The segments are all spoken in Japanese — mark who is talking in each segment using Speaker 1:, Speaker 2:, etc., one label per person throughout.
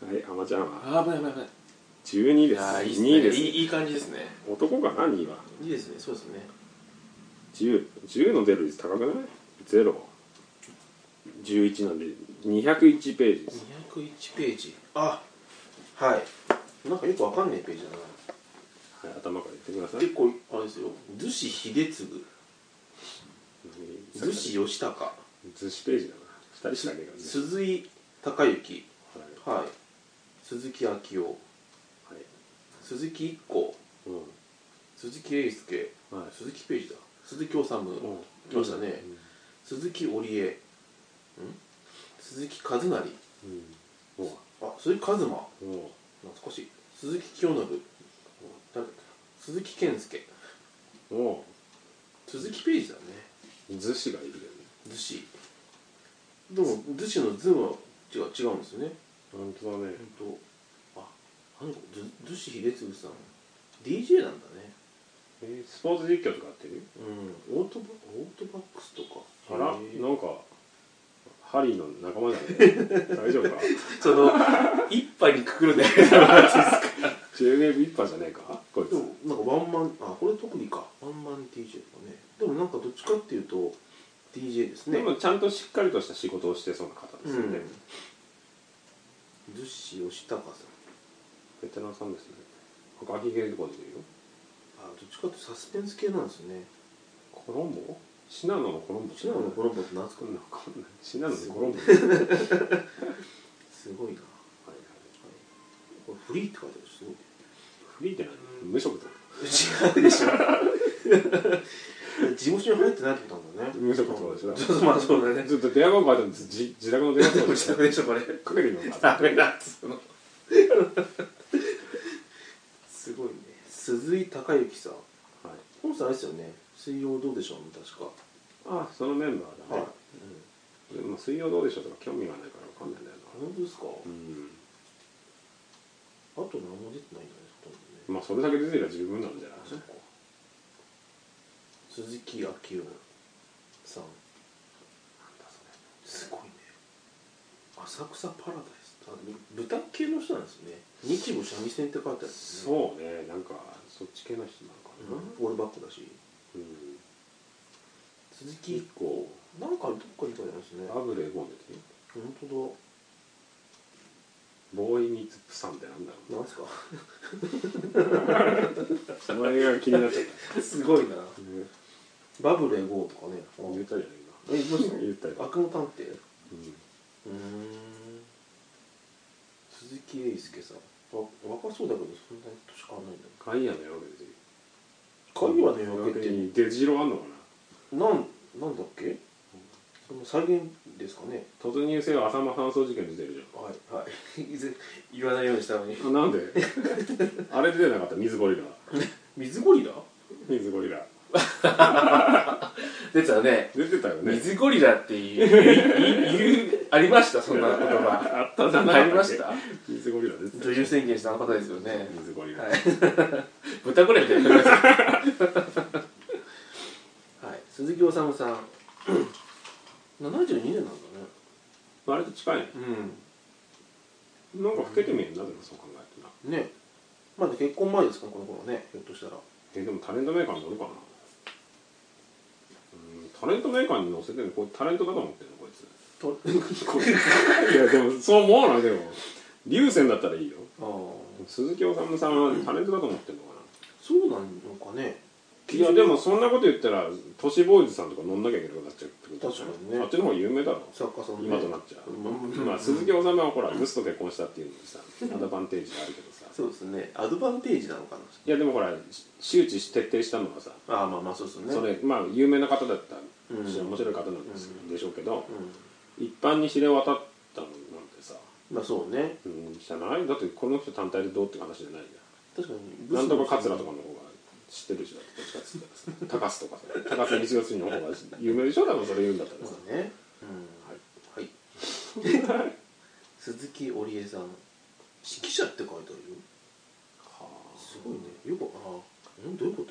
Speaker 1: はいあまちゃんは
Speaker 2: あー危ない危ない危ない
Speaker 1: 12
Speaker 2: い
Speaker 1: で
Speaker 2: やーいいっ
Speaker 1: す
Speaker 2: すね
Speaker 1: 2で
Speaker 2: いい
Speaker 1: す
Speaker 2: いい感じですね
Speaker 1: 男かな2はい
Speaker 2: いですねそうですね
Speaker 1: 1010の出る率高くない ?011 なんで201ページです
Speaker 2: 201ページあはいなんかよくわかんないページだな
Speaker 1: はい頭から言ってください
Speaker 2: 結構あれですよ逗子秀次
Speaker 1: 何
Speaker 2: 逗子義高
Speaker 1: 寿司ページだな2人しかねえからね
Speaker 2: 鈴井孝之
Speaker 1: はい
Speaker 2: はい鈴木昭夫
Speaker 1: はい
Speaker 2: 鈴木一光
Speaker 1: うん
Speaker 2: 鈴木英介
Speaker 1: はい
Speaker 2: 鈴木ページだ鈴木治
Speaker 1: うん
Speaker 2: 来ましたね
Speaker 1: うん
Speaker 2: 鈴木織江ん鈴木和成
Speaker 1: うんお
Speaker 2: あ鈴木一馬
Speaker 1: うお
Speaker 2: 懐かしい鈴木清信誰だっけ鈴木健介
Speaker 1: うお
Speaker 2: 鈴木ページだね
Speaker 1: う寿司がいるよね
Speaker 2: 逗子でも逗子の「図は違う違うんですよね
Speaker 1: 本当だね
Speaker 2: 本当ああの子ず逗子秀次さん DJ なんだね
Speaker 1: えースポーツ実況とかやってる
Speaker 2: うんオートバオートバックスとか
Speaker 1: あら
Speaker 2: へえ
Speaker 1: なんかハリーの仲間じ ゃない大丈夫か
Speaker 2: その一杯にくくるね
Speaker 1: JWAVE 一派じゃねえかこい
Speaker 2: で
Speaker 1: つ
Speaker 2: もなんかワンマンあこれ特にかワンマン DJ とかねでもなんかどっちかっていうと DJ ですね
Speaker 1: でもちゃんとしっかりとした仕事をしてそうな方ですよね、
Speaker 2: うん逗子義高さん
Speaker 1: ベテランさんですね赤ひげとか出てるよ
Speaker 2: あどっちかっていうとサスペンス系なんですよね
Speaker 1: コロンボシナノのコロンボ
Speaker 2: シナモのコロンボって懐か
Speaker 1: わかんないシナノのコロンボ
Speaker 2: すごいな
Speaker 1: はいはい
Speaker 2: これフリーって書いてあるすごい
Speaker 1: フリーって何無職ってこ
Speaker 2: 違うでしょ 事務所に入ってないってことなんだね
Speaker 1: 無職ってことでしょ
Speaker 2: ちょっとまあそうだ
Speaker 1: と
Speaker 2: ね
Speaker 1: ずっと電話番号書いてあるんです自自宅の電話番号
Speaker 2: 自 宅でしょこれ
Speaker 1: かけてみようか
Speaker 2: ダメだっつうのすごいね鈴井孝之さん
Speaker 1: はい、
Speaker 2: この人あれですよね水曜どうでしょう確か
Speaker 1: あそのメンバーだね、
Speaker 2: うん
Speaker 1: でも水曜どうでしょうとか興味がないからわかんないんだよな
Speaker 2: 本当ですか、あ
Speaker 1: うん
Speaker 2: と何も出てないんじゃないですか、
Speaker 1: まあそれだけ出てりゃ十分なんじゃない
Speaker 2: そっか鈴木昭夫さんすごいね浅草パラダイスあぶ舞台系の人なんですね日舞三味線って書いてあるんですね
Speaker 1: そうねなんかそっち系の人な
Speaker 2: う
Speaker 1: の
Speaker 2: ん
Speaker 1: かな
Speaker 2: オールバックだし
Speaker 1: うん
Speaker 2: 鈴木
Speaker 1: 結
Speaker 2: 一
Speaker 1: 構
Speaker 2: 個なんかどっかに書いてありますね
Speaker 1: ダブルエゴン出てるよ
Speaker 2: 本当
Speaker 1: ボーイミーツプサンってなんだろう
Speaker 2: だなんすか
Speaker 1: その映画が気になっちゃっ
Speaker 2: すごい
Speaker 1: た
Speaker 2: な
Speaker 1: ね
Speaker 2: バブルエゴーとかねあ
Speaker 1: 言ったじゃない
Speaker 2: えどうした
Speaker 1: 今言ったよ、
Speaker 2: 悪魔
Speaker 1: う
Speaker 2: 探偵
Speaker 1: ん、
Speaker 2: うーん鈴木英介さんわ若そうだけどそんなに年変わんないんだ
Speaker 1: ガイアの夜で
Speaker 2: 鍵はね分けて
Speaker 1: に出城あんのかな
Speaker 2: なんなんだっけその再現ですかね
Speaker 1: 突入性は浅間搬送事件出てるじ
Speaker 2: はいはいぜ言わないようにしたのに
Speaker 1: ゃんあなんで あれ出てなかった水ゴリラ
Speaker 2: 水ゴリラ
Speaker 1: 水ゴリラ
Speaker 2: 出てたね
Speaker 1: 出てたよね
Speaker 2: 水ゴリラっていう言うありましたそんな言葉
Speaker 1: あったじゃな
Speaker 2: あ
Speaker 1: い
Speaker 2: りました
Speaker 1: 水ゴリラ出てた
Speaker 2: 女優宣言したあの方ですよね
Speaker 1: 水ゴリラ、
Speaker 2: はい 豚ゴリラみたいなはい鈴木治さん72年なんだね
Speaker 1: 割と近いね
Speaker 2: う
Speaker 1: なんか老けてみえんなでもそう考えてなん
Speaker 2: ねまだ結婚前ですかこの頃ねひょっとしたら
Speaker 1: えでもタレントメーカーに乗るかなうんタレントメーカーに乗せてるのこれタレントだと思ってるのこいつ
Speaker 2: と
Speaker 1: いやでもそう思わないでも流星だったらいいよ
Speaker 2: ああ
Speaker 1: 鈴木おさむさんはタレントだと思ってるのかな
Speaker 2: そうなのかね
Speaker 1: いやでもそんなこと言ったら都市ボーイズさんとか乗んなきゃいけなくなっちゃうってこと
Speaker 2: 確かにね
Speaker 1: あっちの方が有名だろ
Speaker 2: 作家さんね
Speaker 1: 今となっちゃう、
Speaker 2: うん
Speaker 1: まあ鈴木おさむはほらグスと結婚したっていうのにさアドバンテージがあるけどさ
Speaker 2: そうですねアドバンテージなのかない
Speaker 1: やでもほら周知し徹底したのはさ
Speaker 2: ああまあまあそうですね
Speaker 1: それまあ有名な方だった
Speaker 2: うん
Speaker 1: し、面白い方なんです、
Speaker 2: う
Speaker 1: でしょうけど
Speaker 2: う
Speaker 1: 一般に知れ渡ったのなんてさ
Speaker 2: んまあそうね
Speaker 1: うんじゃないだってこの人単体でどうって話じゃないじゃん
Speaker 2: 確かに
Speaker 1: なんとか桂とかの方が知ってるでしょどっちかっつったらさ高須とかさ高須光義の方が有名でしょ多分それ言うんだったら
Speaker 2: ま
Speaker 1: さ
Speaker 2: あねうんはい 鈴木織江さん指揮者って書いてあるよ
Speaker 1: はあ
Speaker 2: すごいねよくああんどういうこと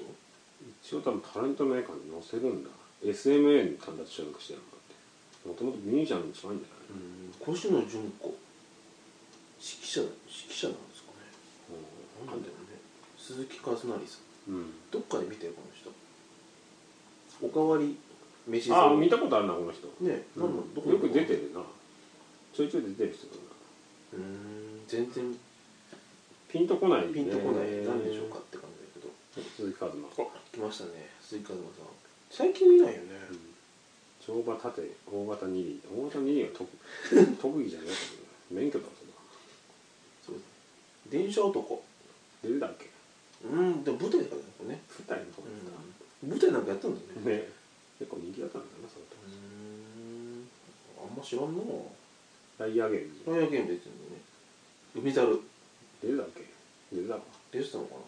Speaker 1: 一応多分タレントメーカーに載せるんだ SMA に単独所属してるのかってもともとミュージシャンに近いんじゃない
Speaker 2: うん越野純子指揮者指揮者なんですかねなんだろうね鈴木和成さん
Speaker 1: うん
Speaker 2: どっかで見たよこの人おかわり飯
Speaker 1: ああ
Speaker 2: ね
Speaker 1: 見たことあるなこの人、
Speaker 2: なんなのどこ
Speaker 1: よく出て
Speaker 2: る
Speaker 1: るなちょいちょい出てる人だな
Speaker 2: うーん全然
Speaker 1: ピンとこないね
Speaker 2: ピンとこないなんでしょうかって感じだけど
Speaker 1: 鈴木一馬
Speaker 2: あ来ましたね鈴木和馬さん最近見ないよね
Speaker 1: 乗馬縦大型二輪大型二輪は特特技じゃないけど免許だもん
Speaker 2: そう電車男
Speaker 1: 出てたっけ
Speaker 2: うんでも舞台からなんかね、
Speaker 1: 舞台の方だったな
Speaker 2: うん、舞台なんかやったんだね
Speaker 1: ね結構人気だったんだなその
Speaker 2: う
Speaker 1: 時
Speaker 2: ーんあんま知らんな
Speaker 1: ダイヤーゲーム
Speaker 2: ファイヤーゲーム出てるのね海猿
Speaker 1: 出てたっけ出てたわ
Speaker 2: 出てたのかな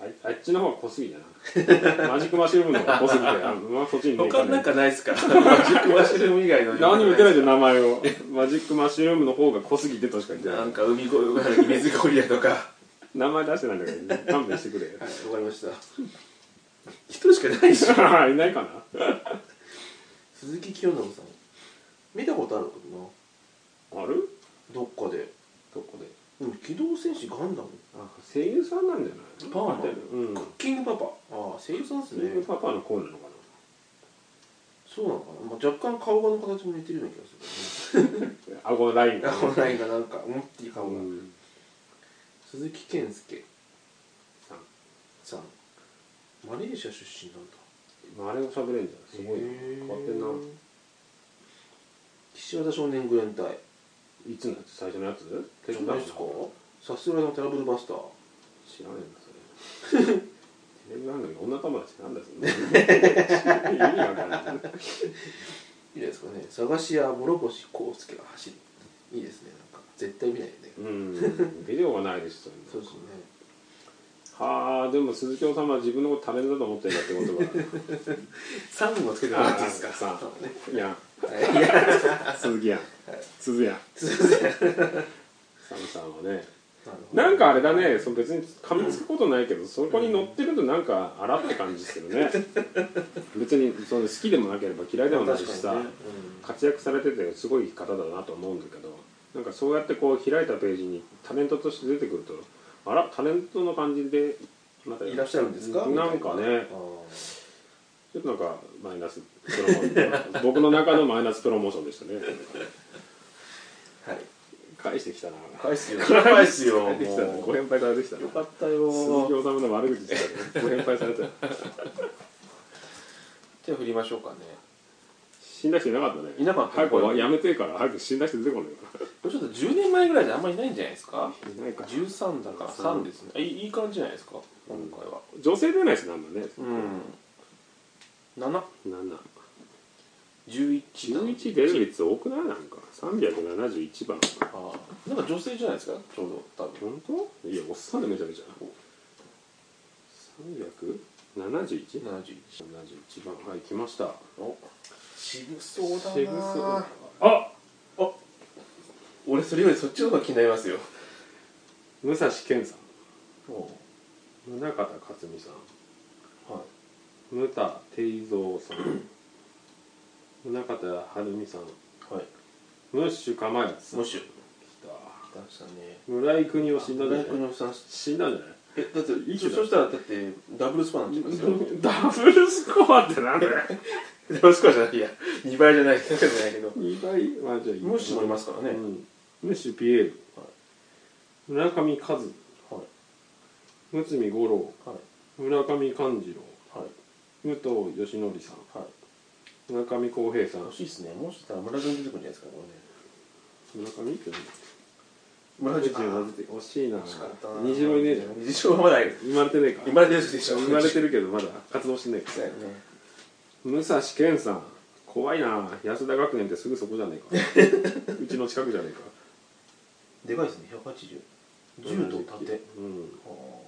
Speaker 1: あいあっちの方が濃すぎだなマジックマッシュルームの方が濃すぎてあまあそっちに目い
Speaker 2: 他
Speaker 1: か
Speaker 2: に
Speaker 1: な
Speaker 2: ないんかないっすかマジックマッシュルーム以外の
Speaker 1: 何も言ってないじゃん
Speaker 2: な
Speaker 1: 名前をマジックマッシュルームの方が濃すぎてとしか言ってない
Speaker 2: なんか海ご水ゴリラとかは
Speaker 1: 名前出してないんだから勘弁してくれよ
Speaker 2: いわかりました一人しかないでしょ
Speaker 1: いないかな
Speaker 2: 鈴木清信さん見たことあるかな
Speaker 1: ある
Speaker 2: どっかで
Speaker 1: どこで
Speaker 2: でも機動戦士ガンダム
Speaker 1: あ声優さんなんじゃない
Speaker 2: パーマン
Speaker 1: 合ってるうん
Speaker 2: クッキングパパああ声優さんです
Speaker 1: 声優
Speaker 2: ね
Speaker 1: パパの声なのか
Speaker 2: そうなのかな、まあ、若干顔の形も似てるような気がす
Speaker 1: な顎ライン
Speaker 2: る、ね、このラインがなんかうんっていう顔
Speaker 1: う
Speaker 2: が、
Speaker 1: ん
Speaker 2: 鈴木健介
Speaker 1: さん
Speaker 2: さんマレーシア出身なんだ
Speaker 1: あれも喋れんじゃんすごいな
Speaker 2: へー
Speaker 1: 変わってんな
Speaker 2: 岸和田少年グレン隊
Speaker 1: いつのやつ最初のやつ
Speaker 2: じゃないですか
Speaker 1: テレビ番
Speaker 2: さすがのトラブルバスター
Speaker 1: 組知らねえんだそれテレビ番組女友達ってなんだよそれ意味わかんない
Speaker 2: いいですかね探し屋諸星康介が走るいいですねなんか絶対見ないよね、
Speaker 1: うんビデオがないですよね
Speaker 2: そうですね
Speaker 1: はあでも鈴木おさんは自分のことタレントだと思ってるんだってこと
Speaker 2: サンをつけてもらっていいですか
Speaker 1: あー
Speaker 2: サンをね
Speaker 1: がいや
Speaker 2: はいい や
Speaker 1: 鈴木やん鈴やん
Speaker 2: すいません
Speaker 1: サムさんはね
Speaker 2: なるほど
Speaker 1: なんかあれだねその別に噛みつくことないけどそこに乗ってるとなんか荒って感じする ね別にその好きでもなければ嫌いでもないしさ、
Speaker 2: 確かにね
Speaker 1: 活躍されててすごい方だなと思うんだけどなんかそうやってこう開いたページにタレントとして出てくるとあらタレントの感じでまた
Speaker 2: うんいらっしゃるんですか
Speaker 1: なんかね
Speaker 2: あー
Speaker 1: ちょっとなんかマイナスプロモーション 僕の中のマイナスプロモーションでしたね
Speaker 2: はい
Speaker 1: 返してきたな
Speaker 2: 返すよ返すよ
Speaker 1: 返ってきたな
Speaker 2: もう
Speaker 1: ご返杯からできたな
Speaker 2: よか
Speaker 1: 鈴
Speaker 2: ったよ
Speaker 1: 木治の悪口でしたねご返杯されたよ
Speaker 2: 手を振りましょうかね
Speaker 1: 死んだ人いなかったね
Speaker 2: いなかっ
Speaker 1: 早
Speaker 2: た
Speaker 1: くやめてから早く死んだ人出てこないか
Speaker 2: これちょっと10年前ぐらいであんまりいないんじゃないですから
Speaker 1: いないか
Speaker 2: 13だから3ですねあいいいい感じじゃないですか今回は
Speaker 1: 女性出ないですねあんまね
Speaker 2: うん711
Speaker 1: なんなん11出る率多くないなんか371番
Speaker 2: ああなんか女性じゃないですかちょうど多分
Speaker 1: 本当いやおっさんでめちゃめちゃ 371?71
Speaker 2: 71
Speaker 1: 番はい来ました
Speaker 2: お渋そうだな
Speaker 1: セグソあ
Speaker 2: 俺それよりそっちの方が気になりますよ
Speaker 1: 武蔵健さん
Speaker 2: お
Speaker 1: 宗方克美さん
Speaker 2: はい
Speaker 1: 牟田定蔵 さん宗方晴美さん
Speaker 2: はい
Speaker 1: ムッシュかまやつさん
Speaker 2: もしよ
Speaker 1: 来た
Speaker 2: 出したね
Speaker 1: 村井邦夫死んだんじゃ
Speaker 2: 大
Speaker 1: な
Speaker 2: 学
Speaker 1: い
Speaker 2: のさん
Speaker 1: 死んだんじゃない
Speaker 2: えだって
Speaker 1: いいけ
Speaker 2: そ
Speaker 1: ど
Speaker 2: そしたらだってダブルスコアになっちゃいますよ
Speaker 1: ダブルスコアってなんだよ
Speaker 2: ダブルスコアじゃないいや2倍じゃない2倍じゃないけど
Speaker 1: 2倍まあじゃあいい
Speaker 2: ムッシュもいますからね、
Speaker 1: うん、ムッシュピエール、
Speaker 2: はい
Speaker 1: 村上和
Speaker 2: はい
Speaker 1: 内海五郎
Speaker 2: はい
Speaker 1: 村上勘次郎
Speaker 2: はい
Speaker 1: 武藤義則さん
Speaker 2: はい
Speaker 1: 村上康平さん
Speaker 2: 欲しいですねもうちょっと村上出てくるんじゃないですかこ
Speaker 1: 村上って何
Speaker 2: れね
Speaker 1: 村上
Speaker 2: 村上
Speaker 1: 君は出て惜しいな
Speaker 2: 惜しかったな
Speaker 1: 虹色いねえじゃん
Speaker 2: 虹色はまだいる
Speaker 1: 生まれてねえか
Speaker 2: 生まれてるでしょ
Speaker 1: 生まれてるけどまだ活動してねえか
Speaker 2: だよね
Speaker 1: 武蔵健さん怖いな安田学園ってすぐそこじゃねえ かうちの近くじゃねえか
Speaker 2: でかいですね180銃と盾
Speaker 1: うん
Speaker 2: あ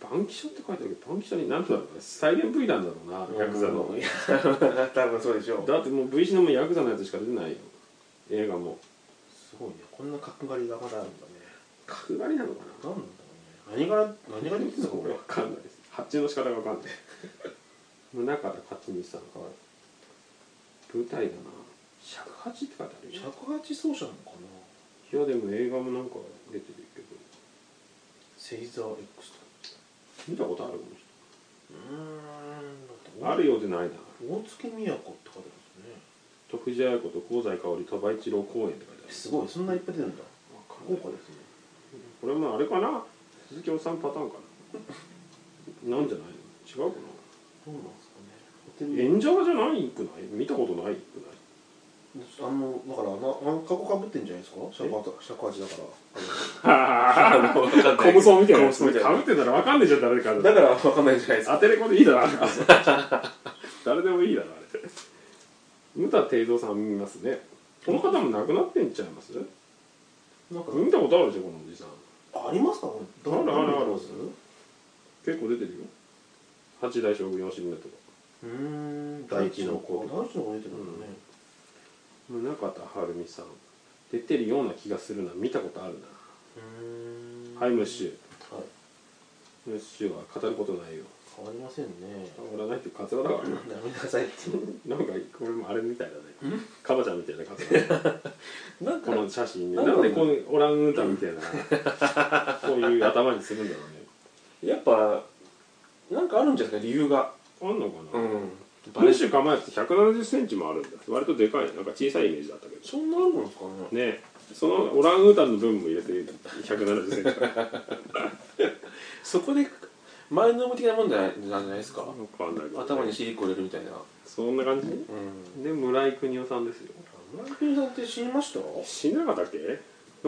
Speaker 1: バンキシャって書いてあるけどバンキシャに何だろうね再現 V なんだろうな
Speaker 2: ー
Speaker 1: ヤクザの
Speaker 2: いや 多分そうでしょう
Speaker 1: だってもう V 字のもうヤクザのやつしか出てないよ映画も
Speaker 2: すごいねこんな角刈りがまだあるんだね
Speaker 1: 角刈りなのかな
Speaker 2: 何なんだろうね何柄何柄で見てたのこれ
Speaker 1: わかんないです発注の仕方がわかんない宗方克美さん舞台だな108って書いてあるよ
Speaker 2: 108奏者なのか
Speaker 1: い
Speaker 2: な
Speaker 1: やでも映画もなんか出てるけど
Speaker 2: セイザー X と
Speaker 1: 見たことあるこ
Speaker 2: うー
Speaker 1: の人
Speaker 2: ん
Speaker 1: あるようでないな
Speaker 2: 大月みやこって書いてあるんですね
Speaker 1: 徳次綾子と香西かおり鳥羽一郎公演って書いてある
Speaker 2: すごいそんないっぱい出るんだ
Speaker 1: わかん
Speaker 2: 豪
Speaker 1: ない
Speaker 2: 華ですね
Speaker 1: これもあれかな鈴木おっさんパターンかななんじゃないの違うか
Speaker 2: どうなんですかねホテ
Speaker 1: な
Speaker 2: ル
Speaker 1: 演者じゃないくない見たことないくない
Speaker 2: あのだからあのカゴかぶってんじゃないですかシャカシャカ味だから
Speaker 1: コムソみたいなやつかぶってたらわかんねえじゃん誰か
Speaker 2: だから分かんないじゃないですか
Speaker 1: アテレコでいいだろあれ誰でもいいだろあれムタ定蔵さん見ますねこの方も亡くなってんちゃいます
Speaker 2: なんか
Speaker 1: 見たことあるでしょこのおじさん
Speaker 2: ありますか
Speaker 1: あるあるある
Speaker 2: う
Speaker 1: 結構出てるよ八代将軍吉宗とか
Speaker 2: ーん
Speaker 1: 大地の子
Speaker 2: 大地の子出てくるんだね
Speaker 1: 宗像晴美さん出てるような気がするな見たことあるな
Speaker 2: うーん
Speaker 1: はいムッシュ
Speaker 2: はい
Speaker 1: ムッシュは語ることないよ
Speaker 2: 変わりませんね
Speaker 1: 俺はないってカツラだからな
Speaker 2: やめなさいって
Speaker 1: なんかこれもあれみたいだねカバちゃんみたいなカツラ
Speaker 2: なん
Speaker 1: この写真ね
Speaker 2: なんだ
Speaker 1: な
Speaker 2: ろ
Speaker 1: ん
Speaker 2: う
Speaker 1: でこのオランウータンみたいなこういう頭にするんだろうね
Speaker 2: やっぱなんかあるんじゃないですか理由が
Speaker 1: あんのかな、
Speaker 2: ん
Speaker 1: ムッシュ構えて1 7 0ンチもあるんだ割とでかいねなんか小さいイメージだったけど
Speaker 2: そんなあるもんですかね
Speaker 1: ねそのオランウータンの分も入れて1 7 0ンチだから
Speaker 2: そこで前の向きなもんじゃないなんじゃないですか
Speaker 1: 分かんないけどね、
Speaker 2: 頭にシリコ入れるみたいな
Speaker 1: そんな感じ、
Speaker 2: うん
Speaker 1: で村井邦夫さんですよ
Speaker 2: 村井邦夫さんって死にましたど
Speaker 1: 死んなかったっけ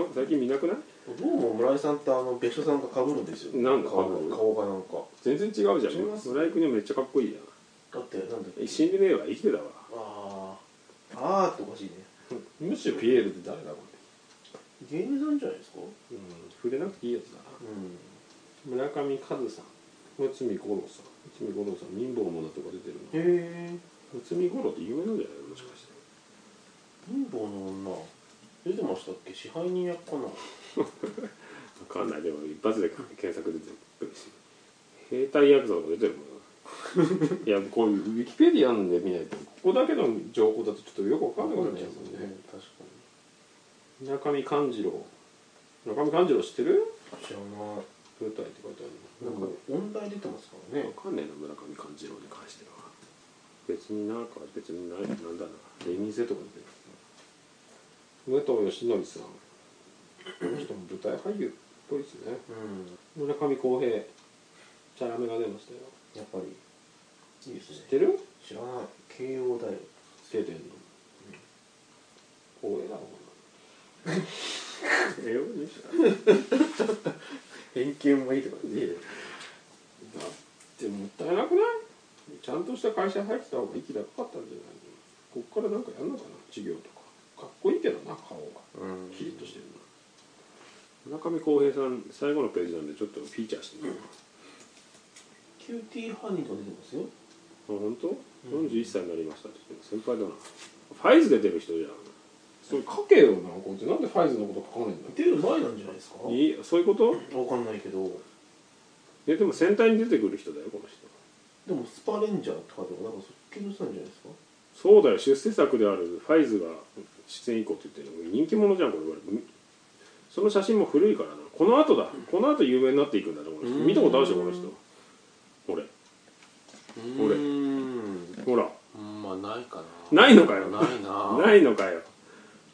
Speaker 1: なんか最近見なくないう
Speaker 2: も村井さんってあの別所さんが被るんですよ
Speaker 1: なんか被
Speaker 2: 顔
Speaker 1: る
Speaker 2: が顔がなんか
Speaker 1: 全然違うじゃん
Speaker 2: 違います
Speaker 1: 村井邦夫めっちゃかっこいいじゃ
Speaker 2: だってなんだっ
Speaker 1: ん
Speaker 2: け
Speaker 1: 死んでねえわ生きてたわ
Speaker 2: あーあーっておかしいね
Speaker 1: むしろピエールって誰だろ
Speaker 2: 芸人さんじゃないですかう
Speaker 1: うね、うん、触れなくていいやつだなん村上和さん内海五郎さん内海五郎さん貧乏者とか出てる
Speaker 2: へえ
Speaker 1: の内海五郎って有名なんじゃないのもしかして
Speaker 2: 貧乏の女出てましたっけ支配人役かな
Speaker 1: わかんないでも一発で検索出てくるし兵隊ヤクザとか出てるもんな いやこういうウィキペディアなんで見ないとここだけの情報だとちょっとよくわかんなくなっちゃうもんね
Speaker 2: 確か
Speaker 1: 村上勘次郎村上勘次郎知ってる
Speaker 2: に知らな
Speaker 1: 舞台って書いてある
Speaker 2: いなん
Speaker 1: のな
Speaker 2: か
Speaker 1: んか
Speaker 2: 音大出てますからね
Speaker 1: 分かんねえな村上勘次郎に関しては別になんか別にないなんだなレミゼとか出てる武藤義則さんこの人も舞台俳優っぽいですね
Speaker 2: うん
Speaker 1: 村上康平チャラメが出ましたよ
Speaker 2: やっぱりいいです
Speaker 1: 知っ
Speaker 2: ね
Speaker 1: てる
Speaker 2: 知らない慶応大
Speaker 1: 定点の光栄だろうな栄養入社
Speaker 2: 偏見もいいとか
Speaker 1: いやだってもったいなくないちゃんとした会社入ってた方が息高かったんじゃないのこっからなんかやんのかな授業とかかっこいいけどな顔が
Speaker 2: うん
Speaker 1: キリッとしてるな村上康平さん最後のページなんでちょっとフィーチャーしてみよう
Speaker 2: キューティーハニーとか出てますよ
Speaker 1: あ本当41歳になりましたって先輩だなファイズで出てる人じゃんそれ書けよなこいつなんでファイズのこと書かねえんだ
Speaker 2: 出る前なんじゃないですか
Speaker 1: いいそういうこと
Speaker 2: わかんないけど
Speaker 1: えでも戦隊に出てくる人だよこの人
Speaker 2: でもスパレンジャーとかでもなんかそっちの人なんじゃないですか
Speaker 1: そうだよ出世作であるファイズが出演以降って言ってるの人気者じゃんこれその写真も古いからなこの後だこの後有名になっていくんだと思う
Speaker 2: うーん
Speaker 1: 見たことあるでしょこの人俺
Speaker 2: うー
Speaker 1: ほら
Speaker 2: んまあないかな
Speaker 1: ないのかよ
Speaker 2: ないな
Speaker 1: ないのかよ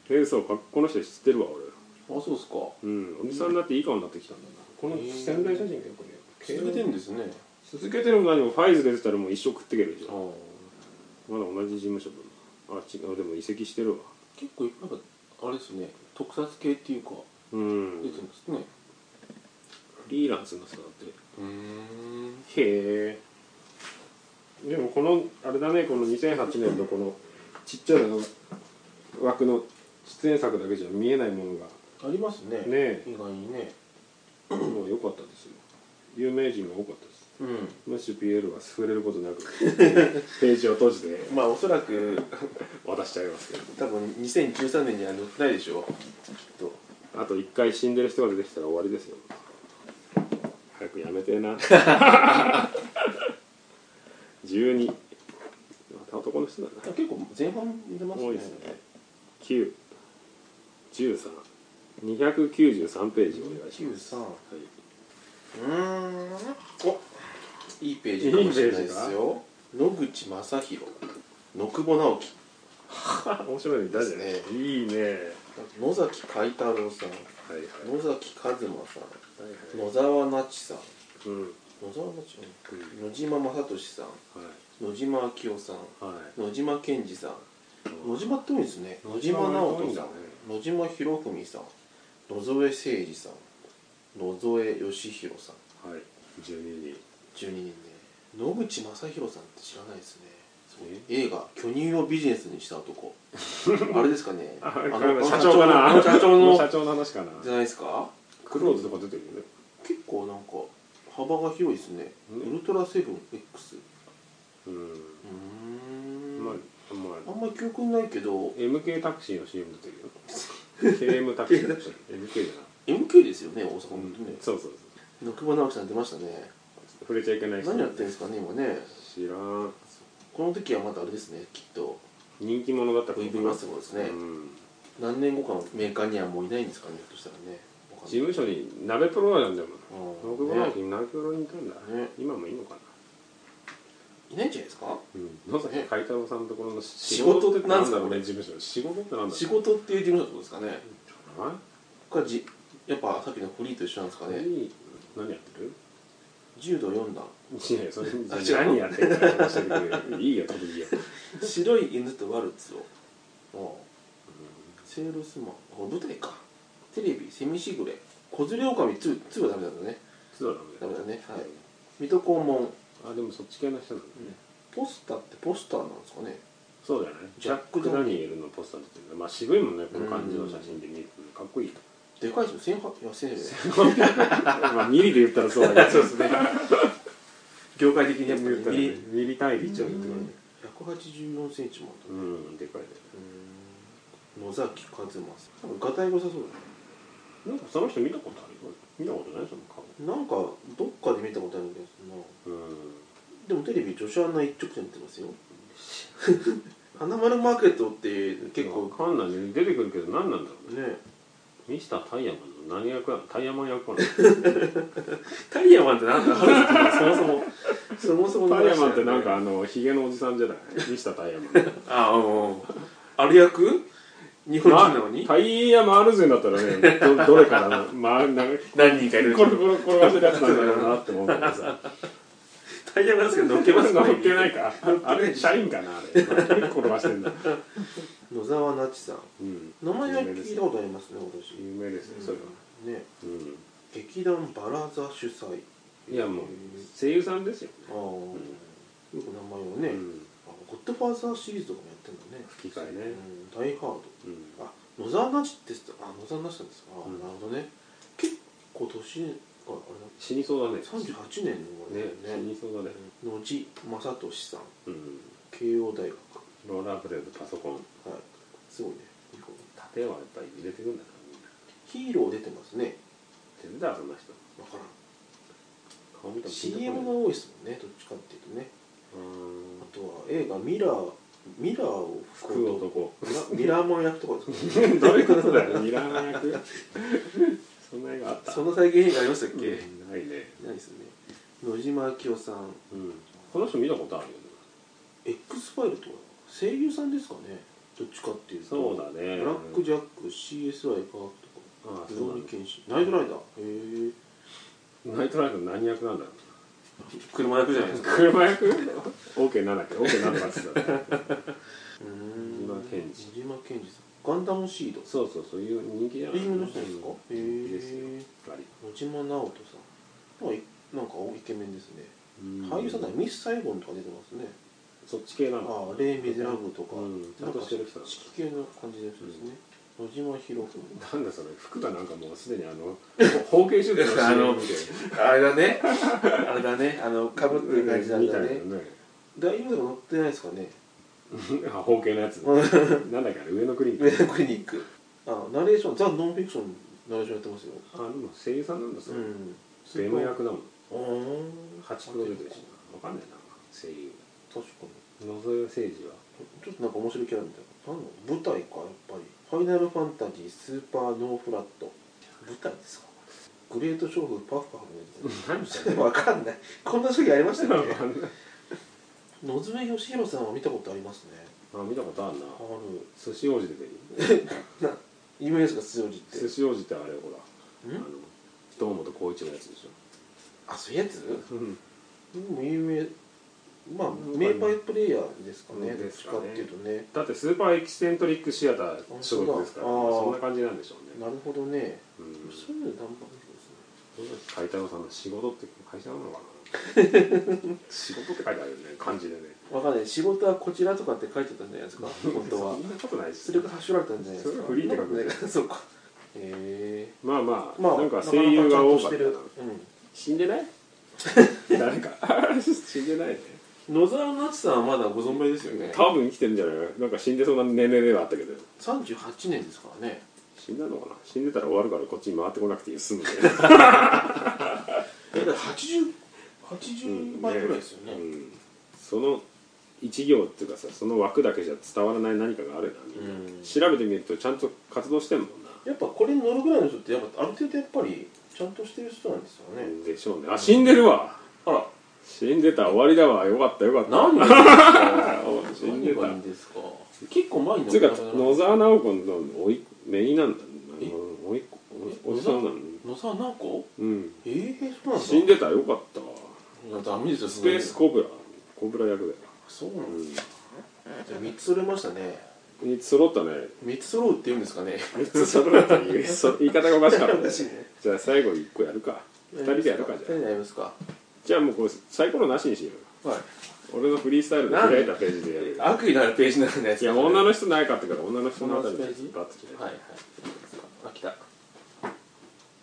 Speaker 1: え嘘かこの人知ってるわ俺
Speaker 2: あそうですか
Speaker 1: うんおじさんになっていい顔になってきたんだなこの仙台写真がこれ
Speaker 2: 続けてるんですね
Speaker 1: 続けてるも何もファイズ出てたらもう一生食ってけるでし
Speaker 2: あ
Speaker 1: ょまだ同じ事務所だなあ違うでも移籍してるわ
Speaker 2: 結構なんかあれですね特撮系っていうか
Speaker 1: うん
Speaker 2: 出てますね
Speaker 1: フリーランスの人だって
Speaker 2: うーん
Speaker 1: へえでもこのあれだねこの2008年のこのちっちゃな枠の出演作だけじゃ見えないものが
Speaker 2: ありますね
Speaker 1: ね
Speaker 2: 意外にね
Speaker 1: もう良かったですよ有名人が多かったです
Speaker 2: うん
Speaker 1: ムッシュピエールは触れることなくページを閉じて
Speaker 2: まあおそらく
Speaker 1: 渡しちゃいますけど
Speaker 2: 多分2013年には載ってないでしょきっと
Speaker 1: あと一回死んでる人が出てきたら終わりですよ早くやめてえな12また男の人だな
Speaker 2: 結構前半出ますね
Speaker 1: 多いですね9 13 293ページお願いし
Speaker 2: 九
Speaker 1: ます、
Speaker 2: 三。う
Speaker 1: はい
Speaker 2: ーん。お。いいページかもしれないですよ。野口正弘。野久保直樹。
Speaker 1: 面白いのいたじゃない
Speaker 2: です
Speaker 1: いいね
Speaker 2: 野崎海太郎さん。
Speaker 1: はいはい
Speaker 2: 野崎一馬
Speaker 1: は
Speaker 2: さん。
Speaker 1: いはい
Speaker 2: 野沢那智さん。
Speaker 1: うん
Speaker 2: 野沢那智。うん野島正俊さん。
Speaker 1: は
Speaker 2: 野島明夫さん。
Speaker 1: いはい
Speaker 2: 野島健二さん。野島って多いですね。
Speaker 1: 野
Speaker 2: 野
Speaker 1: 島
Speaker 2: 島直
Speaker 1: 多い
Speaker 2: 人
Speaker 1: んだ
Speaker 2: さ
Speaker 1: ね
Speaker 2: ん。野島博文さん。野添誠二さん。野添義弘さん。
Speaker 1: はい12人
Speaker 2: 12人ね野口正弘さんって知らないですね映画「巨乳をビジネスにした 男」あれですかね
Speaker 1: あ
Speaker 2: の
Speaker 1: これ社長かな
Speaker 2: あの社長 の
Speaker 1: 社長の話かな
Speaker 2: じゃないですか
Speaker 1: クローズとか出てるよね
Speaker 2: 結構なんか幅が広いですね
Speaker 1: うん
Speaker 2: ウルトラセブン X
Speaker 1: う
Speaker 2: うー
Speaker 1: ん
Speaker 2: ん
Speaker 1: まあ
Speaker 2: あ
Speaker 1: まあ
Speaker 2: んまり記憶にないけど
Speaker 1: MK タクシーの CM 出てるよ KM タクシーの CM MK だな
Speaker 2: MK ですよね大阪
Speaker 1: う
Speaker 2: の
Speaker 1: ん
Speaker 2: ね
Speaker 1: そうそうそう
Speaker 2: 野久保直樹さん出ましたね
Speaker 1: 触れちゃいけない人
Speaker 2: 何やってるんですかね今ね
Speaker 1: 知らん
Speaker 2: この時はまだあれですねきっと
Speaker 1: 人気者だった
Speaker 2: ブイブイマスクですね
Speaker 1: うん
Speaker 2: 何年後かのメーカーにはもういないんですかねひょっとしたらねわかんない
Speaker 1: 事務所に鍋プロなんだもん
Speaker 2: うん
Speaker 1: 僕も
Speaker 2: ね
Speaker 1: なんか鍋プロにいたんだ
Speaker 2: ね
Speaker 1: 今もいいのかない
Speaker 2: ないんじゃないですか
Speaker 1: うん野崎海太郎さんのところの
Speaker 2: 仕事ってなんすか
Speaker 1: 仕事ってなんだろうね
Speaker 2: これ
Speaker 1: 事務所の仕事ってなんだろう
Speaker 2: 仕事っていう事務所ってことですかね
Speaker 1: あ
Speaker 2: これはじやっぱさっきのフリーと一緒なんですかね
Speaker 1: 何何やってる
Speaker 2: 柔道4段
Speaker 1: いやいやそれ
Speaker 2: あ違
Speaker 1: 何
Speaker 2: う
Speaker 1: やってるか教えてくれるいいよ特技よ
Speaker 2: 白い犬とワルツをおうセールスマンこれ舞台かテレビセミシグレ小連れ狼2 2はダメなんだね
Speaker 1: そうだダ
Speaker 2: ダ
Speaker 1: メ
Speaker 2: メ
Speaker 1: だ
Speaker 2: だ
Speaker 1: よ
Speaker 2: ねはい水戸黄門
Speaker 1: あでもそっち系の人なんだね
Speaker 2: ポスターってポスターなんですかね
Speaker 1: そうだよねジ
Speaker 2: ジ
Speaker 1: ャ
Speaker 2: ャ
Speaker 1: ッ
Speaker 2: ッ
Speaker 1: ク・
Speaker 2: ク
Speaker 1: ダニエルのポスターだってねまあ渋いもんねこの感じの写真で見るとかっこいい
Speaker 2: でかいですよ1800いや千0
Speaker 1: まあミリで言ったらそうだけどそうですね
Speaker 2: 業界的にやっぱ
Speaker 1: 言ったら
Speaker 2: り
Speaker 1: ねミリ単位で言っちゃうってことね
Speaker 2: 184センチもあった
Speaker 1: うんでかいね
Speaker 2: うん野崎一馬さんなんかガタイが良さそうだね
Speaker 1: なんかその人見たことあるよ見たことないその顔
Speaker 2: なんかどっかで見たことあるんですけど
Speaker 1: うん
Speaker 2: でもテレビ女子アナ一直線って 言ってますよ花丸マーケットって
Speaker 1: 結
Speaker 2: 結
Speaker 1: 構
Speaker 2: 構
Speaker 1: わかんないね出てくるけど何なんだろうね
Speaker 2: ね
Speaker 1: ミスタータイヤマンの何役なのタイヤマン役なの
Speaker 2: タイヤマンってなんだそもそも そもそも
Speaker 1: タイヤマンってなんかあのヒゲのおじさんじゃないミスタータイヤマン
Speaker 2: あうんうんあれ役日本人なのに
Speaker 1: タイヤ回るぜだったらねどどれからの回るなんか
Speaker 2: 何人かいるうち
Speaker 1: コロ
Speaker 2: に
Speaker 1: コロ転がせるやつなんだろうなって思うんだけどさ
Speaker 2: タイヤマンですけど乗っけますか
Speaker 1: 乗っけないかあれ社員かなあれ何転がしてんだ
Speaker 2: 野沢那智さん
Speaker 1: うん
Speaker 2: 名前は聞いたことありますね私
Speaker 1: 有名ですねそれは
Speaker 2: ね
Speaker 1: うん
Speaker 2: 劇団バラ座主催
Speaker 1: いやもう
Speaker 2: へ
Speaker 1: 声優さんですよ
Speaker 2: ーああ、よく名前を
Speaker 1: う
Speaker 2: ね、
Speaker 1: ん
Speaker 2: あゴッドファーザーシリーズとかもやってんだね
Speaker 1: 吹き替えね
Speaker 2: うん、ダイハード
Speaker 1: うん
Speaker 2: あ野沢那智って人あ野沢那智さんですか、あ
Speaker 1: うん
Speaker 2: なるほどね結構年があ
Speaker 1: 死にそうだね
Speaker 2: れだ38年の生まれ
Speaker 1: ね
Speaker 2: だ
Speaker 1: 死
Speaker 2: よね
Speaker 1: にそうだね
Speaker 2: うん野地正俊さ
Speaker 1: う
Speaker 2: ん
Speaker 1: ん
Speaker 2: 慶応大学は
Speaker 1: ローラープレイとパソコン
Speaker 2: いすごいねいい子
Speaker 1: 縦はやっぱり入れてくんだなみんな
Speaker 2: ヒーロー出てますね
Speaker 1: 出てたそんな人
Speaker 2: わから
Speaker 1: 顔見た
Speaker 2: ん
Speaker 1: らピンとこ
Speaker 2: CM が
Speaker 1: ない
Speaker 2: 多いですもんねどっちかっていうとね
Speaker 1: うん
Speaker 2: あとは映画ミラーミラーを吹
Speaker 1: 食う
Speaker 2: く
Speaker 1: 男
Speaker 2: 男ミラミラーマン役とかですか、ね、
Speaker 1: どういうことだよニラー役そんな映画あった
Speaker 2: そんな最近映画ありましたっけ、
Speaker 1: うんないね
Speaker 2: ないですね野島明夫さん
Speaker 1: うんこの人見たことあるよね
Speaker 2: X ファイルとか声優さんですかねどっちかっていうと
Speaker 1: そうだね
Speaker 2: ブラック・ジャック CSI 科学とか
Speaker 1: ああ
Speaker 2: ブ
Speaker 1: そう
Speaker 2: ロ
Speaker 1: なん
Speaker 2: ーニ
Speaker 1: だ
Speaker 2: ケンシンナイトライダーへえ
Speaker 1: ナイトライド何役なんだろう
Speaker 2: 車役じゃないですか
Speaker 1: 車 役 ?OK7 だっけ ?OK7 だっつってたね
Speaker 2: うーん
Speaker 1: 野島健二
Speaker 2: 野島健二さんガンダムシード
Speaker 1: そうそうそういう人気じゃない
Speaker 2: 有名な人ですか
Speaker 1: うん人気
Speaker 2: へえ
Speaker 1: ですよやっぱり
Speaker 2: 野島直人さんなんかいなんかイケメンですね
Speaker 1: うん
Speaker 2: 俳優さんならミス・サイゴンとか出てますね
Speaker 1: そっち系なの
Speaker 2: ああレイ・ミゼラブルとか
Speaker 1: うんちゃ
Speaker 2: なんん
Speaker 1: と
Speaker 2: か
Speaker 1: してる
Speaker 2: 指
Speaker 1: 人なんだ
Speaker 2: 揮系の感じの人ですね野島博文
Speaker 1: なんだそれ服がなんかもうすでに あの包茎手術の CM みたいな
Speaker 2: あれだね。あれだね。あの、かぶってる感じなんだ
Speaker 1: み
Speaker 2: ね。
Speaker 1: たいなね
Speaker 2: 大丈夫でも乗ってないですかね。
Speaker 1: あ包茎のや つなんだっけあれ上野クリニ
Speaker 2: メ
Speaker 1: ック
Speaker 2: イドクリニック。あ、ナレーション、ザ・ノンフィクションナレーションやってますよ。
Speaker 1: あでも声優さんなんだそれベ
Speaker 2: ん。
Speaker 1: ム役だもん
Speaker 2: あー
Speaker 1: 八プロ出てるしなわかんないな声優
Speaker 2: 確かに。
Speaker 1: 野添誠二は
Speaker 2: ちょっとなんか面白いキャラみたいな。なんだろう舞台か、やっぱり。ファイナルファンタジースーパーノーフラット。舞台ですかグレート娼婦パフパフのや
Speaker 1: 何し
Speaker 2: つ
Speaker 1: てんの
Speaker 2: わかんないこんな時ありましたっ
Speaker 1: わかんない
Speaker 2: け野爪義弘さんは見たことありますね
Speaker 1: あ見たことあるな
Speaker 2: ある
Speaker 1: 寿司王子出てる
Speaker 2: な有名ですか辻王子って
Speaker 1: 寿司王子ってあれほらあの
Speaker 2: ん
Speaker 1: 堂本光一のやつでし
Speaker 2: あそういうやつ
Speaker 1: ょうん
Speaker 2: でも有名まあ
Speaker 1: ん
Speaker 2: 名バイプレイヤーですかね
Speaker 1: うん
Speaker 2: どっ
Speaker 1: です
Speaker 2: ち
Speaker 1: かね
Speaker 2: かっていうとね
Speaker 1: だってスーパーエキセントリックシアター所属ですから
Speaker 2: あそうだあー
Speaker 1: そんな感じなんでしょうね
Speaker 2: なるほどね
Speaker 1: うん
Speaker 2: そういうの頑張る
Speaker 1: 海太郎さんの仕事って会社なのかな仕事って書いてあるよね漢字でね
Speaker 2: んですねわかんない仕事はこちらとかって書いてたんじゃないで すか本当は
Speaker 1: そんなことないし
Speaker 2: それが発祥だったんじゃないです
Speaker 1: それ
Speaker 2: か
Speaker 1: がフリーって書くんだ
Speaker 2: そうかへえ
Speaker 1: まあまあ、
Speaker 2: まあ
Speaker 1: なんか声優が多かったな
Speaker 2: なかなかちゃんとしてるうん
Speaker 1: 死んでない 誰か 死んでないね
Speaker 2: 野沢那智さんはまだご存命ですよね
Speaker 1: 多分生きてるんじゃないなんか死んでそうな年齢ではあったけど
Speaker 2: 38年ですからね
Speaker 1: 死んだのかな死んでたら終わるからこっちに回ってこなくて済むね
Speaker 2: えだから80 80倍ぐらいですよね
Speaker 1: うん、その一行っていうかさその枠だけじゃ伝わらない何かがあるよなみんな、
Speaker 2: うん
Speaker 1: 調べてみるとちゃんと活動してんもんな、
Speaker 2: やっぱこれに乗るぐらいの人ってやっぱある程度やっぱりちゃんとしてる人なんですよね
Speaker 1: でしょうねあ死んでるわ
Speaker 2: あら
Speaker 1: 死んでた終わりだわよかったよかった
Speaker 2: 何がいいんですか
Speaker 1: 死んでた
Speaker 2: 何がいいんですか結構前に
Speaker 1: つうか
Speaker 2: 亡くなられ
Speaker 1: 野
Speaker 2: ました
Speaker 1: 沢直子のおい姪なんだ
Speaker 2: え
Speaker 1: おいおおじさんなの
Speaker 2: 野沢直子
Speaker 1: うん
Speaker 2: ええそうなんだ
Speaker 1: 死んでたらよかったわ
Speaker 2: いやダメですよ
Speaker 1: スペースコブラコブラ役だよ
Speaker 2: そうなん
Speaker 1: う
Speaker 2: で
Speaker 1: ん
Speaker 2: す3つ揃えましたね
Speaker 1: 三つ揃ったね
Speaker 2: 3つ揃うって言うんですかね
Speaker 1: 三つ揃ったっていう そ言い方がおかしかったね
Speaker 2: おかしいね
Speaker 1: じゃあ最後一個やるか二人でやるかじゃ
Speaker 2: 2人
Speaker 1: あ
Speaker 2: でやりますか
Speaker 1: じゃあもうこれサイコロなしにしようよ
Speaker 2: はい
Speaker 1: 俺のフリースタイルで開いたページでやる
Speaker 2: 悪意のあるページになるんです
Speaker 1: いや女の人ないかったから女の人のあたりでバッと開いて
Speaker 2: はいはいあ来た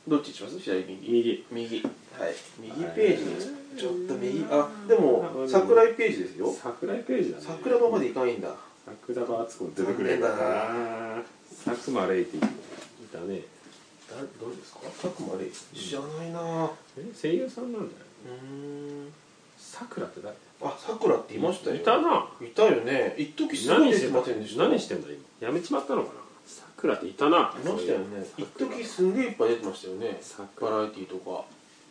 Speaker 2: どっちにします左右
Speaker 1: 右
Speaker 2: 右はい右ページですちょっと右あでも桜井ページですよ
Speaker 1: 桜井ページだね
Speaker 2: 桜庭までいかないんだ
Speaker 1: 桜庭敦子出てくれるかな佐久間レイティいたね
Speaker 2: だどれですか佐久間礼知らないなぁ
Speaker 1: え声優さんなんだよ
Speaker 2: うーん
Speaker 1: さくらって誰
Speaker 2: あさくらっていましたよ
Speaker 1: いたない
Speaker 2: たよね一時すごい
Speaker 1: 何
Speaker 2: 出
Speaker 1: してて
Speaker 2: ませんでした
Speaker 1: た何してんだ今やめちまったのかなさくらっていたない
Speaker 2: ましたよね一時すんげえいっぱい出てましたよね
Speaker 1: 桜
Speaker 2: バラエティーとか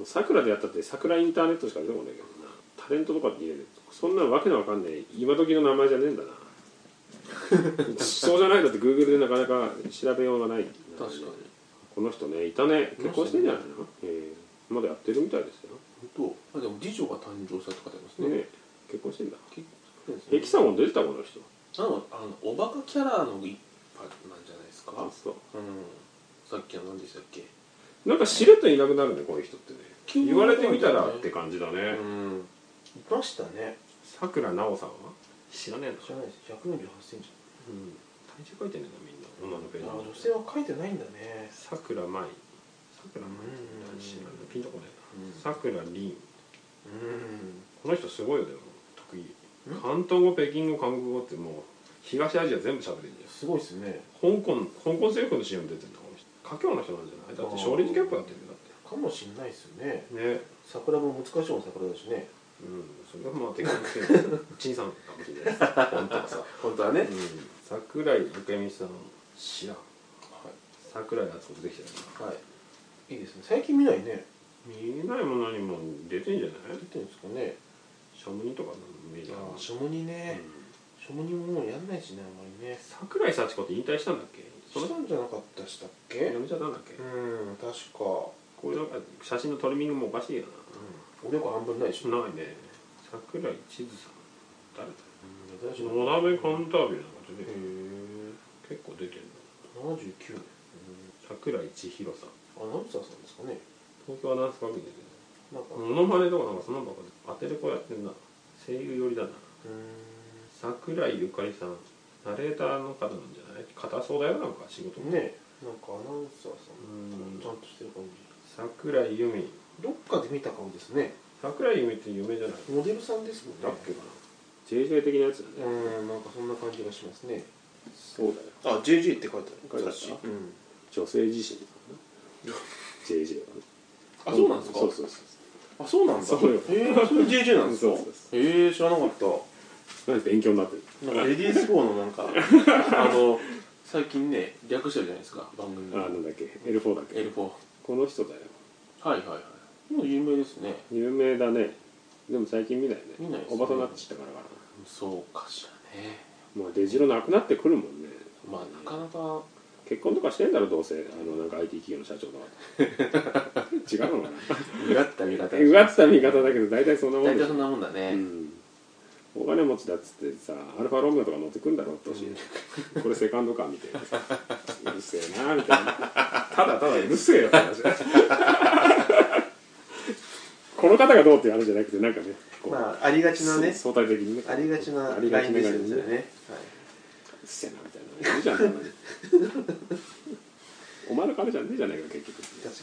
Speaker 1: さくらでやったってさくらインターネットしか出てこないけどなタレントとかって入れるそんなわけのわかんない今時の名前じゃねえんだな そうじゃないだってグーグルでなかなか調べようがない
Speaker 2: 確かに
Speaker 1: この人ねいたね結婚してんじゃないの、ええまだやってるみたいですよ
Speaker 2: 本当あでも次女が誕生したって書いてありますね
Speaker 1: ねえ結婚してんだ
Speaker 2: 結構ですね
Speaker 1: ヘキサゴン出てたこの人
Speaker 2: なんかあのおバカキャラの一派なんじゃないですかうん
Speaker 1: そう
Speaker 2: さっきは何でしたっけ
Speaker 1: なんかしれっといなくなるねこういう人ってね
Speaker 2: 急に
Speaker 1: 言われてみたらって感じだ
Speaker 2: う
Speaker 1: ね
Speaker 2: んいましたね
Speaker 1: さくらなおさんは知らねえな
Speaker 2: 知らないです148センチ
Speaker 1: うん体重書いてんだよみんな女のページ
Speaker 2: あ女性は書いてないんだね
Speaker 1: さくらまいさくらまい
Speaker 2: うん
Speaker 1: 知らないピンとこない
Speaker 2: うん
Speaker 1: なさくらりん
Speaker 2: うん
Speaker 1: この人すごいよでも特技
Speaker 2: ん
Speaker 1: 広東語北京語韓国語ってもう東アジア全部喋れるんじゃん
Speaker 2: すごいですね
Speaker 1: 香港香港政府の CM 出てるんだこの人華僑の人なんじゃないだって少林寺拳法やってるんだっ
Speaker 2: かもしんないですよね
Speaker 1: てね
Speaker 2: 桜も難しいもん桜だしね
Speaker 1: うんそれがまあ適当に 陳さんかもしれないです本当はさ
Speaker 2: 本当はね、
Speaker 1: うん桜井明美さん知らん
Speaker 2: は、
Speaker 1: 桜井敦子出てきたよない
Speaker 2: はい、いいですね最近見ないね
Speaker 1: 見えないも何も出てんじゃな
Speaker 2: 出
Speaker 1: い
Speaker 2: てるんですかね
Speaker 1: シャムニとかのメジャーな
Speaker 2: ショモニね、ショモニももうやんないしねあんまりね
Speaker 1: 桜井幸子って引退したんだっけそ
Speaker 2: し
Speaker 1: れ
Speaker 2: たんじゃなかったでしたっけ
Speaker 1: やめちゃったんだっけ
Speaker 2: うん確か、
Speaker 1: これなんか写真のトリミングもおかしいよ
Speaker 2: うん、俺よく半分ないでしょ、
Speaker 1: なないね桜井千鶴さん誰だ
Speaker 2: うん、私
Speaker 1: 野鍋カンタービレなんか出て
Speaker 2: へ
Speaker 1: る
Speaker 2: え
Speaker 1: 結構出てるの
Speaker 2: 79年
Speaker 1: 桜井千尋さん
Speaker 2: アナウンサーさんですかね
Speaker 1: 東京アナウンス番組で
Speaker 2: なんか、
Speaker 1: モノマネとかなんかそんなのばっかで当てる子やってんな声優寄りだな
Speaker 2: う
Speaker 1: 桜井ゆかりさんナレーターの方なんじゃない硬そうだよなんか仕事
Speaker 2: んねなんかアナウンサーさ
Speaker 1: うんん
Speaker 2: ちゃんとしてる感じ
Speaker 1: 桜井由美
Speaker 2: どっかで見た顔ですね
Speaker 1: 桜井由美って有名じゃない
Speaker 2: モデルさんですもんね
Speaker 1: だっけかな JJ 的なやつだね
Speaker 2: うんなんかそんな感じがしますね
Speaker 1: そうだよ
Speaker 2: あ JG って書いて
Speaker 1: ある
Speaker 2: 雑誌
Speaker 1: 書いてあっ
Speaker 2: うん
Speaker 1: 女性自身 JJ はね
Speaker 2: あそうなんですか
Speaker 1: そうそうそう
Speaker 2: あそうなんだ
Speaker 1: そうよ
Speaker 2: えー、それ JJ なんです
Speaker 1: そう
Speaker 2: か
Speaker 1: そうそ
Speaker 2: えー、知らなかった
Speaker 1: なんで勉強になってる
Speaker 2: なんかレディース号のなんかあの最近ね略してるじゃないですか番組
Speaker 1: あなんだっけ L4 だっけ
Speaker 2: L4
Speaker 1: この人だよ
Speaker 2: はいはいはいもう有名ですね
Speaker 1: 有名だねでも最近見ないね
Speaker 2: 見ないです
Speaker 1: お
Speaker 2: ね
Speaker 1: ばさんになって知ったからかな
Speaker 2: そうかしらね
Speaker 1: もう出城なくなってくるもんね
Speaker 2: まあなかなか
Speaker 1: 結婚とかしてんだろどうせあのなんか IT 企業の社長と か違うのかな
Speaker 2: うがった見方
Speaker 1: うがった見方だけど大体そんなもん
Speaker 2: 大
Speaker 1: でし
Speaker 2: 体
Speaker 1: ょ
Speaker 2: そんなもんだね、
Speaker 1: うんお金持ちだっつってさアルファロメオとか乗ってくんだろってほしい、これセカンドカーみたいなさうるせえなみたいなただただうるせえよって話この方がどうっていう話じゃなくてなんかねこう、
Speaker 2: まあありがちなね
Speaker 1: 相対的にね
Speaker 2: ありがちな
Speaker 1: ありが
Speaker 2: ラ
Speaker 1: ち
Speaker 2: イ
Speaker 1: な
Speaker 2: ン
Speaker 1: 感
Speaker 2: で
Speaker 1: じ
Speaker 2: すよねそれね、はいう
Speaker 1: っせえなみたいな言うじゃんたまにお前の金じゃねえじゃないか結局
Speaker 2: 確かに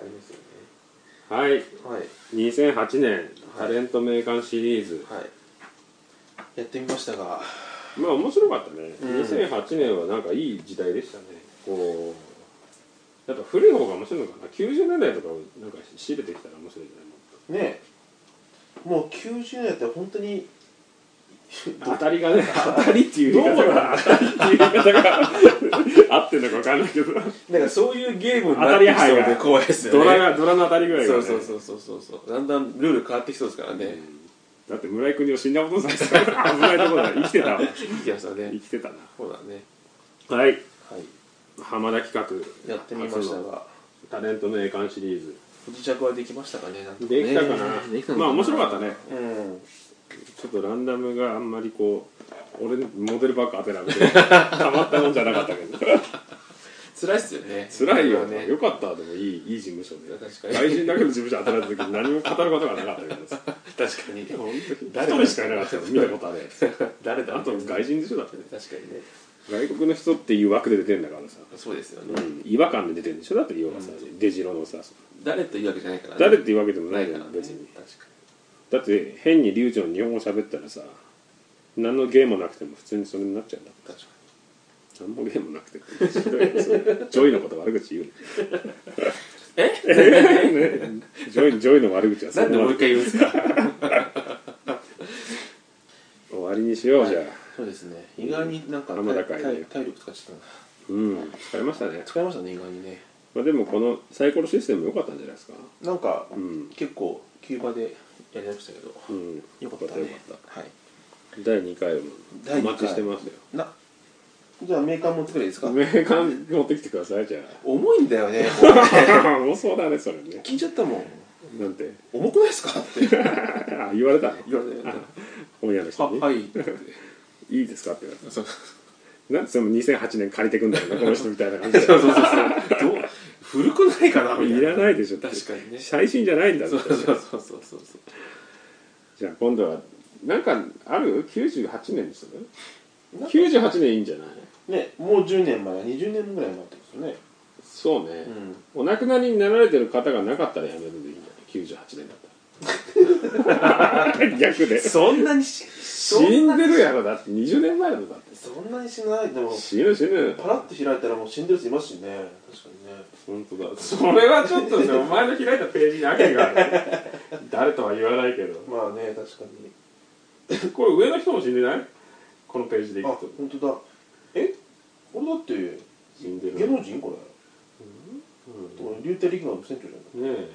Speaker 2: ありますよね
Speaker 1: はい
Speaker 2: はい
Speaker 1: 2008年タレント名鑑シリーズ、
Speaker 2: はいやってみましたが
Speaker 1: まあ面白かったね、
Speaker 2: うん
Speaker 1: 2008年はなんかいい時代でしたねこうやっぱ古い方が面白いのかな90年代とかをなんか仕入れてきたら面白いんじ
Speaker 2: ねもう90年って本当に
Speaker 1: ゃない当たりがね当たりっていう言い方が当たりっていう言い方が 合ってんのか分かんないけど
Speaker 2: なんかそういうゲームに
Speaker 1: 当
Speaker 2: な
Speaker 1: た
Speaker 2: っ
Speaker 1: り
Speaker 2: てき
Speaker 1: 牌
Speaker 2: そう
Speaker 1: が
Speaker 2: で怖いですよね
Speaker 1: ドラがドラの当たりぐらいが、
Speaker 2: そ
Speaker 1: ね、
Speaker 2: うそうそうそうそうそうだんだんルール変わってきそうですからね
Speaker 1: だって村井邦夫死んだお父さんですから危ないところだ生きてたわ
Speaker 2: いきました
Speaker 1: 生
Speaker 2: ね
Speaker 1: きてたな
Speaker 2: そうだね
Speaker 1: はい
Speaker 2: はい
Speaker 1: 浜田企画
Speaker 2: やってみました
Speaker 1: 初の
Speaker 2: が
Speaker 1: タレント名鑑シリーズ
Speaker 2: 自着はできましたかねなんとかね
Speaker 1: できたかな、
Speaker 3: できたのかな
Speaker 1: まあ面白かったね
Speaker 2: うん
Speaker 1: ちょっとランダムがあんまりこう俺モデルバッグ当てられてたまったもんじゃなかったけ ど
Speaker 2: 辛いっすよね
Speaker 1: 辛いよ、
Speaker 2: これは
Speaker 1: よかったでもいいいい事務所で
Speaker 2: 確かに
Speaker 1: 外人だけの事務所当てられた時何も語ることがなかったけどさ
Speaker 2: 確かに
Speaker 1: 本当
Speaker 2: 誰
Speaker 1: に
Speaker 2: だ
Speaker 1: 一人しかいなかったよ見たことあるやつ
Speaker 2: 誰だ
Speaker 1: あと外人でしょだってね
Speaker 2: 確かにね
Speaker 1: 外国の人っていう枠で出てんだからさ、
Speaker 2: そうですよ
Speaker 1: う
Speaker 2: ね
Speaker 1: ん、違和感で出てるんでしょだって要はさ、デジロのさ
Speaker 2: 誰というわけじゃないからね
Speaker 1: 誰っていうわけでもな
Speaker 2: ないい
Speaker 1: じ
Speaker 2: か
Speaker 1: ゃ
Speaker 2: ら
Speaker 1: ん、
Speaker 2: ね
Speaker 1: 別に
Speaker 2: 確か
Speaker 1: だって変に流暢に日本語喋ったらさ何の芸もなくても普通にそれになっちゃうんだ
Speaker 2: に確か
Speaker 1: 何も芸もなくてひどいねそれジョイのこと悪口 言うの
Speaker 2: え
Speaker 1: ねジョイジョイの悪口は
Speaker 2: になんでもう一回言うんです か
Speaker 1: 終わりにしようじゃあ
Speaker 2: そうですね意外になんか
Speaker 1: あんま高いね
Speaker 2: 体体力使っちゃっ
Speaker 1: うん疲れましたね
Speaker 2: たな、使いましたね意外にね
Speaker 1: まあ、でもこのサイコロシステム良かったんじゃないですか
Speaker 2: なんか、
Speaker 1: うん
Speaker 2: 結構急場でやりましたけど、
Speaker 1: うん
Speaker 2: よかった
Speaker 1: よ
Speaker 2: ね
Speaker 1: かっ
Speaker 2: はい
Speaker 1: た第2回も
Speaker 2: 第
Speaker 1: お
Speaker 2: 二回
Speaker 1: 待ちしてますよ
Speaker 2: なじゃあメーカー持ってくれいいですか
Speaker 1: メーカー持ってきてください じゃ
Speaker 2: 重いんだよ ね
Speaker 1: あ重そうだねそれね
Speaker 2: 聞いちゃったもん
Speaker 1: なんて
Speaker 2: 重くないですかって言わ
Speaker 1: あ言われたの
Speaker 2: れて
Speaker 1: 本屋の
Speaker 2: は
Speaker 1: 人に、
Speaker 2: はいって
Speaker 1: い、いですかって言われた
Speaker 2: そう
Speaker 1: なんでその2008年借りてくんだよなこの人みたいな感じで
Speaker 2: そうそうそうそうどう古くないかなみ たい
Speaker 1: い
Speaker 2: な
Speaker 1: らないでしょって
Speaker 2: 確かにね
Speaker 1: 最新じゃないんだ
Speaker 2: そう
Speaker 1: ぞ
Speaker 2: そうそうそうそうそう
Speaker 1: じゃあ今度はなんかある98年にする
Speaker 2: なんか
Speaker 1: 98年いいんじゃない
Speaker 2: ねもう10年前20年ぐらい前ってことですよ
Speaker 1: そう
Speaker 2: ね
Speaker 1: ね
Speaker 2: う、ん
Speaker 1: お亡くなりになられてる方がなかったらやめるでいいんじゃない98年だったら 逆で
Speaker 2: そんなにし
Speaker 1: 死んでるやろだって20年前だぞだって
Speaker 2: そんなにしないでも
Speaker 1: 死ぬ死ぬ
Speaker 2: パラッと開いたらもう死んでる人いますしね確かにね
Speaker 1: 本当だそれはちょっとねお前の開いたページに悪意 がある誰とは言わないけど
Speaker 2: まあね確かに
Speaker 1: これ上の人も死んでないこのページでい
Speaker 2: あ
Speaker 1: くと
Speaker 2: 本当だえこれだって
Speaker 1: 死んで
Speaker 2: 芸
Speaker 1: るね
Speaker 2: 能人これ、うん、流体力学の船長じゃない
Speaker 1: え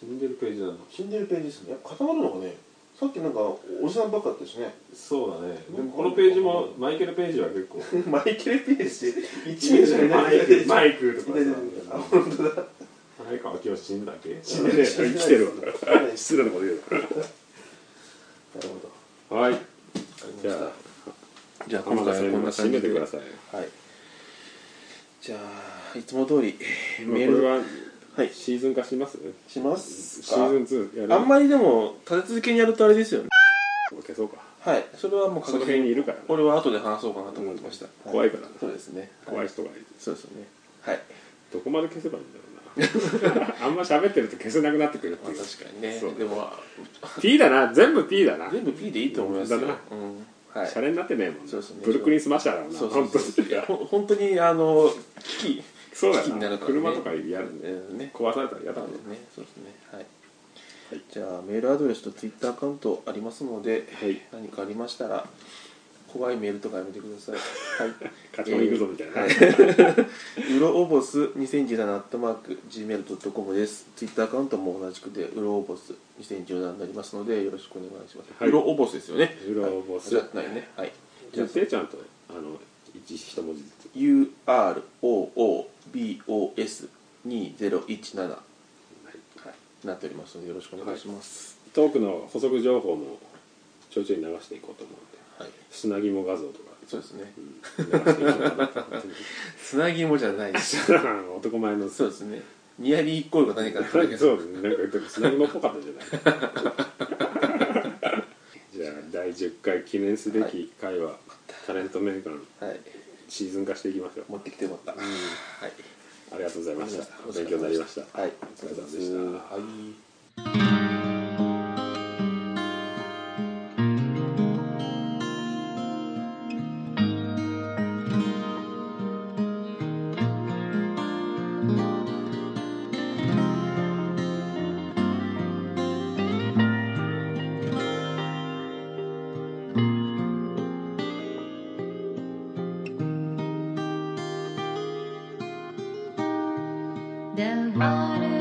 Speaker 1: 死んでるページだな
Speaker 2: 死んでるページですねやっぱ固まるのかねさっきなんかおじさんばっかだったしね
Speaker 1: そうだねでもこのページもマイケル・ページは結構
Speaker 2: マイケル・ページ1名しかいない
Speaker 1: マイクマイクと
Speaker 2: い
Speaker 1: か
Speaker 2: ないい
Speaker 1: さ
Speaker 2: ないあ本当だ
Speaker 1: 早川明夫死んだっけ
Speaker 2: 死んでねえ
Speaker 1: 生きてるわ失礼なこと言う
Speaker 2: なるほど
Speaker 1: なはい
Speaker 2: じ
Speaker 1: じ
Speaker 2: ゃ
Speaker 1: ゃ
Speaker 2: あじゃあ
Speaker 1: 浜
Speaker 2: 今
Speaker 1: 田
Speaker 2: 回
Speaker 1: さ
Speaker 2: は
Speaker 1: ん
Speaker 2: こん
Speaker 1: も
Speaker 2: な
Speaker 1: 締
Speaker 2: 感
Speaker 1: め
Speaker 2: じ
Speaker 1: てく
Speaker 2: で
Speaker 1: だ
Speaker 2: はい
Speaker 1: さい
Speaker 2: じゃあいつも通り
Speaker 1: まあ
Speaker 2: メー
Speaker 1: これ
Speaker 2: ル
Speaker 1: は
Speaker 2: はい
Speaker 1: シーズン化します
Speaker 2: しま
Speaker 1: シ
Speaker 2: すか
Speaker 1: ーズン2やる
Speaker 2: あんまりでも立て続けにやるとあれですよね
Speaker 1: 消そうか
Speaker 2: はいそれはもう
Speaker 1: その
Speaker 2: 確
Speaker 1: 辺
Speaker 2: 実
Speaker 1: にい
Speaker 2: に
Speaker 1: るから
Speaker 2: これは後で話そうかなと思ってました、
Speaker 1: うん怖いから
Speaker 2: そうですね
Speaker 1: 怖い人がいる
Speaker 2: そうですよねはい
Speaker 1: どこまで消せばいいんだろう なあんま喋ってると消せなくなってくるっていう
Speaker 2: 確かにね
Speaker 1: そう
Speaker 2: でも
Speaker 1: P だな全部 P だな
Speaker 2: 全部 P でいいと思いますよ、
Speaker 1: だ
Speaker 2: うん
Speaker 1: な
Speaker 2: はい
Speaker 1: シャレになってねえもん
Speaker 2: そうそうね
Speaker 1: ブルックリンスマッシャーだもんな
Speaker 2: そうそう
Speaker 1: 本当
Speaker 2: そう
Speaker 1: に
Speaker 2: いやほん本当にあの危機
Speaker 1: そうだ
Speaker 2: 危機にな
Speaker 1: よな
Speaker 2: るからね
Speaker 1: 車とかやる
Speaker 2: えーね
Speaker 1: 壊されたら嫌だ
Speaker 2: そう
Speaker 1: もん
Speaker 2: で
Speaker 1: ね
Speaker 2: すねそうですねはい、
Speaker 1: はい
Speaker 2: じゃあメールアドレスとツイッターアカウントありますので、
Speaker 1: はい
Speaker 2: 何かありましたら怖いメールとかやめてください。 はい。
Speaker 1: 課長行くぞみたいな、
Speaker 2: うろおぼす2017アットマーク gmail.com です。ツイッターアカウントも同じくで、うろおぼす2017になりますので、よろしくお願いします。
Speaker 1: はいう
Speaker 2: ろおぼすですよね。
Speaker 1: うろおぼす
Speaker 2: はい間違ってないね。はい。
Speaker 1: じゃあせいちゃんとあの一一文字ずつ
Speaker 2: UROOBOS2017 は
Speaker 1: はい
Speaker 2: いなっておりますので、よろしくお願いします。
Speaker 1: トークの補足情報もちょいちょい流していこうと思うんで
Speaker 2: はい。
Speaker 1: 砂肝画像とか、
Speaker 2: そうですね
Speaker 1: う。ん、流していこうかなと 思って
Speaker 2: つなぎもじゃないです。
Speaker 1: ます男前の
Speaker 2: そうですね。ニアリーイコールが何かだった
Speaker 1: そう
Speaker 2: だけ
Speaker 1: で
Speaker 2: です
Speaker 1: ねなんかでも砂肝っぽかったじゃないじゃあ第10回記念すべき回は、タレント名鑑
Speaker 2: はい。
Speaker 1: シーズン化していきましょう
Speaker 2: 持ってきてよかった。はい。
Speaker 1: ありがとうございました勉強になりました
Speaker 2: はい。
Speaker 1: お疲れ様でした
Speaker 2: はい。
Speaker 3: The water